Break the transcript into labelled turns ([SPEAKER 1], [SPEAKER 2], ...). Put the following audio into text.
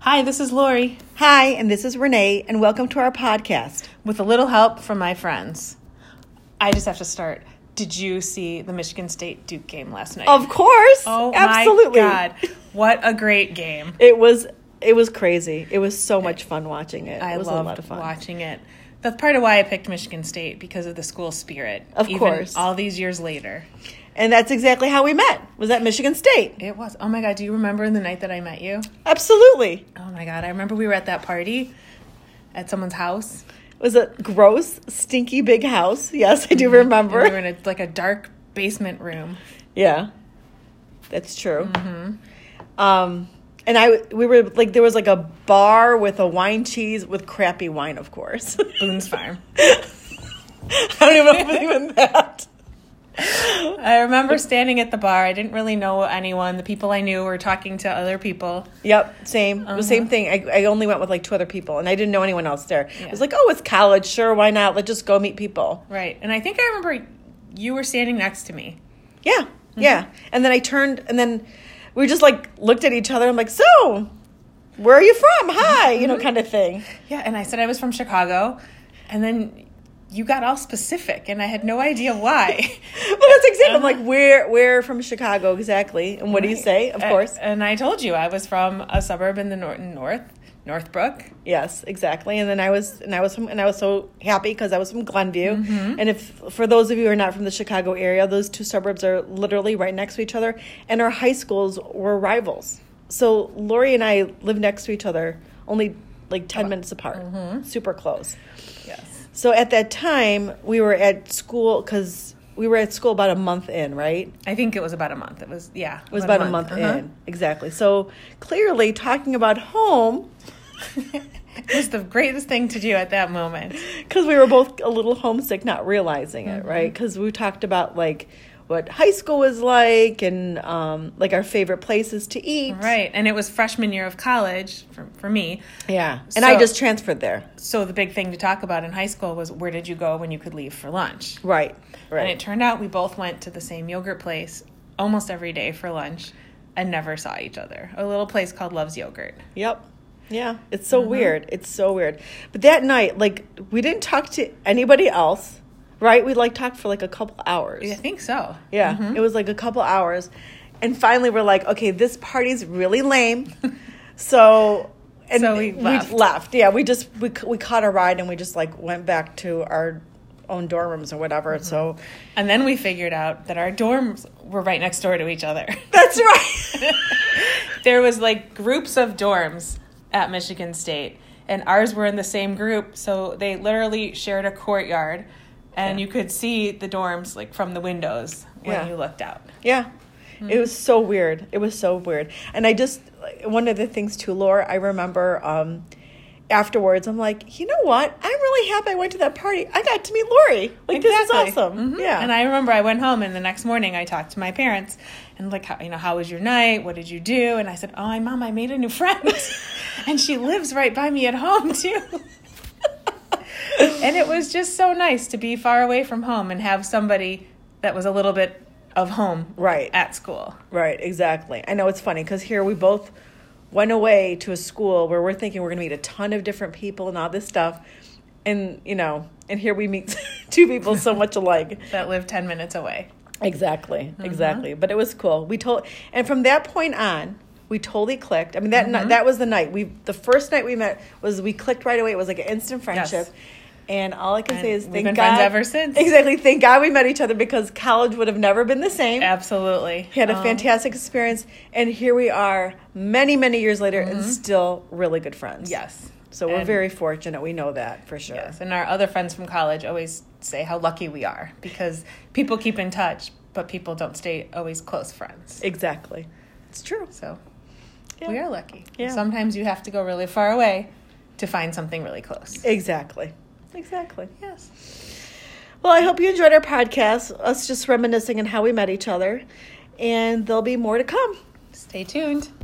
[SPEAKER 1] Hi, this is Lori
[SPEAKER 2] Hi, and this is Renee, and welcome to our podcast.
[SPEAKER 1] with a little help from my friends. I just have to start. Did you see the Michigan State Duke game last night?
[SPEAKER 2] Of course,
[SPEAKER 1] oh
[SPEAKER 2] absolutely.
[SPEAKER 1] my god. What a great game.
[SPEAKER 2] It was it was crazy. It was so much fun watching it.
[SPEAKER 1] I
[SPEAKER 2] it was
[SPEAKER 1] loved
[SPEAKER 2] a lot of fun.
[SPEAKER 1] watching it. That's part of why I picked Michigan State because of the school spirit.
[SPEAKER 2] Of
[SPEAKER 1] even
[SPEAKER 2] course.
[SPEAKER 1] All these years later.
[SPEAKER 2] And that's exactly how we met. Was at Michigan State.
[SPEAKER 1] It was. Oh my god, do you remember the night that I met you?
[SPEAKER 2] Absolutely.
[SPEAKER 1] Oh my god, I remember we were at that party at someone's house.
[SPEAKER 2] It was a gross, stinky big house. Yes, I do
[SPEAKER 1] and Mm-hmm. we were
[SPEAKER 2] remember.
[SPEAKER 1] in a, like a dark basement room.
[SPEAKER 2] Yeah. That's true.
[SPEAKER 1] Mm-hmm.
[SPEAKER 2] Um and I we were like there was like a bar with a wine cheese with crappy wine, of course.
[SPEAKER 1] Boone's Farm.
[SPEAKER 2] I don't even know if it was even that.
[SPEAKER 1] I remember standing at the bar. I didn't really know anyone. The people I knew were talking to other people.
[SPEAKER 2] Yep, same. It was same thing. I, I only went with like two other people and I didn't know anyone else there. I was like, oh, it's college. Sure, why not? Let's just go meet people.
[SPEAKER 1] Right. And I think I remember you were standing next to me.
[SPEAKER 2] Yeah, yeah. And then I turned and then we just like looked at each other. I'm like, so where are you from? Hi, you know, kind of thing.
[SPEAKER 1] Yeah. And I said I was from Chicago. And then you got all specific, and I had no idea why.
[SPEAKER 2] Well, that's exactly. I'm like, where, where from Chicago exactly? And what do you say? Of
[SPEAKER 1] A-
[SPEAKER 2] course.
[SPEAKER 1] And I told you I was from a suburb in the nor- north, Northbrook.
[SPEAKER 2] Yes, exactly. And then I was, and I was from, and I was so happy because I was from Glenview. And if for those of you who are not from the Chicago area, those two suburbs are literally right next to each other, and our high schools were rivals. So Lori and I lived next to each other, only like ten minutes apart, super close.
[SPEAKER 1] Yes.
[SPEAKER 2] So at that time, we were at school because we were at school about a month in, right?
[SPEAKER 1] I think it was about a month. It was, yeah.
[SPEAKER 2] It was about, a month, uh-huh. in, exactly. So clearly, talking about home
[SPEAKER 1] Uh-huh. it was the greatest thing to do at that moment.
[SPEAKER 2] because we were both a little homesick, not realizing it, right?
[SPEAKER 1] Mm-hmm.
[SPEAKER 2] Because we talked about like what high school was like and um, like our favorite places to eat.
[SPEAKER 1] Right. And it was freshman year of college for, for me.
[SPEAKER 2] Yeah. And I
[SPEAKER 1] So-
[SPEAKER 2] just transferred there.
[SPEAKER 1] So the big thing to talk about in high school was where did you go when you could leave for lunch?
[SPEAKER 2] Right.
[SPEAKER 1] And it
[SPEAKER 2] Right.
[SPEAKER 1] turned out we both went to the same yogurt place almost every day for lunch and never saw each other. A little place called Love's Yogurt.
[SPEAKER 2] Yep. Yeah. It's so
[SPEAKER 1] Mm-hmm.
[SPEAKER 2] weird. It's so weird. But that night, like, we didn't talk to anybody else, right? We like talked for like a couple hours.
[SPEAKER 1] I think so. Mm-hmm.
[SPEAKER 2] Yeah, it was like a couple hours, and finally we're like, okay, this party's really lame, so and
[SPEAKER 1] So we left.
[SPEAKER 2] Yeah, we just we c- we caught a ride and we just like went back to our own dorm rooms or whatever.
[SPEAKER 1] Mm-hmm.
[SPEAKER 2] So
[SPEAKER 1] And then we figured out that our dorms were right next door to each other.
[SPEAKER 2] that's right.
[SPEAKER 1] there was like groups of dorms at Michigan State, and ours were in the same group, so they literally shared a courtyard, and you could see the dorms like from the windows when
[SPEAKER 2] Yeah.
[SPEAKER 1] you looked out.
[SPEAKER 2] Yeah.
[SPEAKER 1] Mm-hmm.
[SPEAKER 2] It was so weird. It was so weird. And I just, like, one of the things too, Laura, I remember um, afterwards, I'm like, you know what? I'm really happy I went to that party. I got to meet Lori. Like, this is
[SPEAKER 1] Exactly.
[SPEAKER 2] awesome.
[SPEAKER 1] Mhm.
[SPEAKER 2] Yeah.
[SPEAKER 1] And I remember I went home, and the next morning I talked to my parents, and like, how, you know, how was your night? What did you do? And I said, Oh, my mom, I made a new friend, and she lives right by me at home too. and it was just so nice to be far away from home and have somebody that was a little bit of home
[SPEAKER 2] Right.
[SPEAKER 1] at school.
[SPEAKER 2] Right, exactly. I know it's funny because here we both went away to a school where we're thinking we're going to meet a ton of different people and all this stuff. And, you know, and here we meet two people so much alike. Uh-huh.
[SPEAKER 1] that lived 10 minutes away.
[SPEAKER 2] Exactly, exactly. But it was cool. We told, and from that point on, we totally clicked. I mean, that ni- that was the night we the first night we met was we clicked right away. It was like an instant friendship. And all I can say
[SPEAKER 1] And
[SPEAKER 2] is
[SPEAKER 1] we've
[SPEAKER 2] thank
[SPEAKER 1] been
[SPEAKER 2] God.
[SPEAKER 1] friends ever since.
[SPEAKER 2] Exactly. Thank God we met each other because college would have never been the same.
[SPEAKER 1] Absolutely.
[SPEAKER 2] Had a
[SPEAKER 1] Um,
[SPEAKER 2] fantastic experience, and here we are, many many years later, and still really good friends.
[SPEAKER 1] Yes.
[SPEAKER 2] So we're
[SPEAKER 1] And-
[SPEAKER 2] very fortunate. We know that for sure.
[SPEAKER 1] Yes. And our other friends from college always say how lucky we are because people keep in touch, but people don't stay always close friends.
[SPEAKER 2] Exactly. It's true.
[SPEAKER 1] So
[SPEAKER 2] Yeah.
[SPEAKER 1] we are lucky.
[SPEAKER 2] Yeah.
[SPEAKER 1] Sometimes you have to go really far away to find something really close.
[SPEAKER 2] Exactly. Exactly.
[SPEAKER 1] Yes.
[SPEAKER 2] Well, I hope you enjoyed our podcast, us just reminiscing and how we met each other. And there'll be more to come.
[SPEAKER 1] Stay tuned.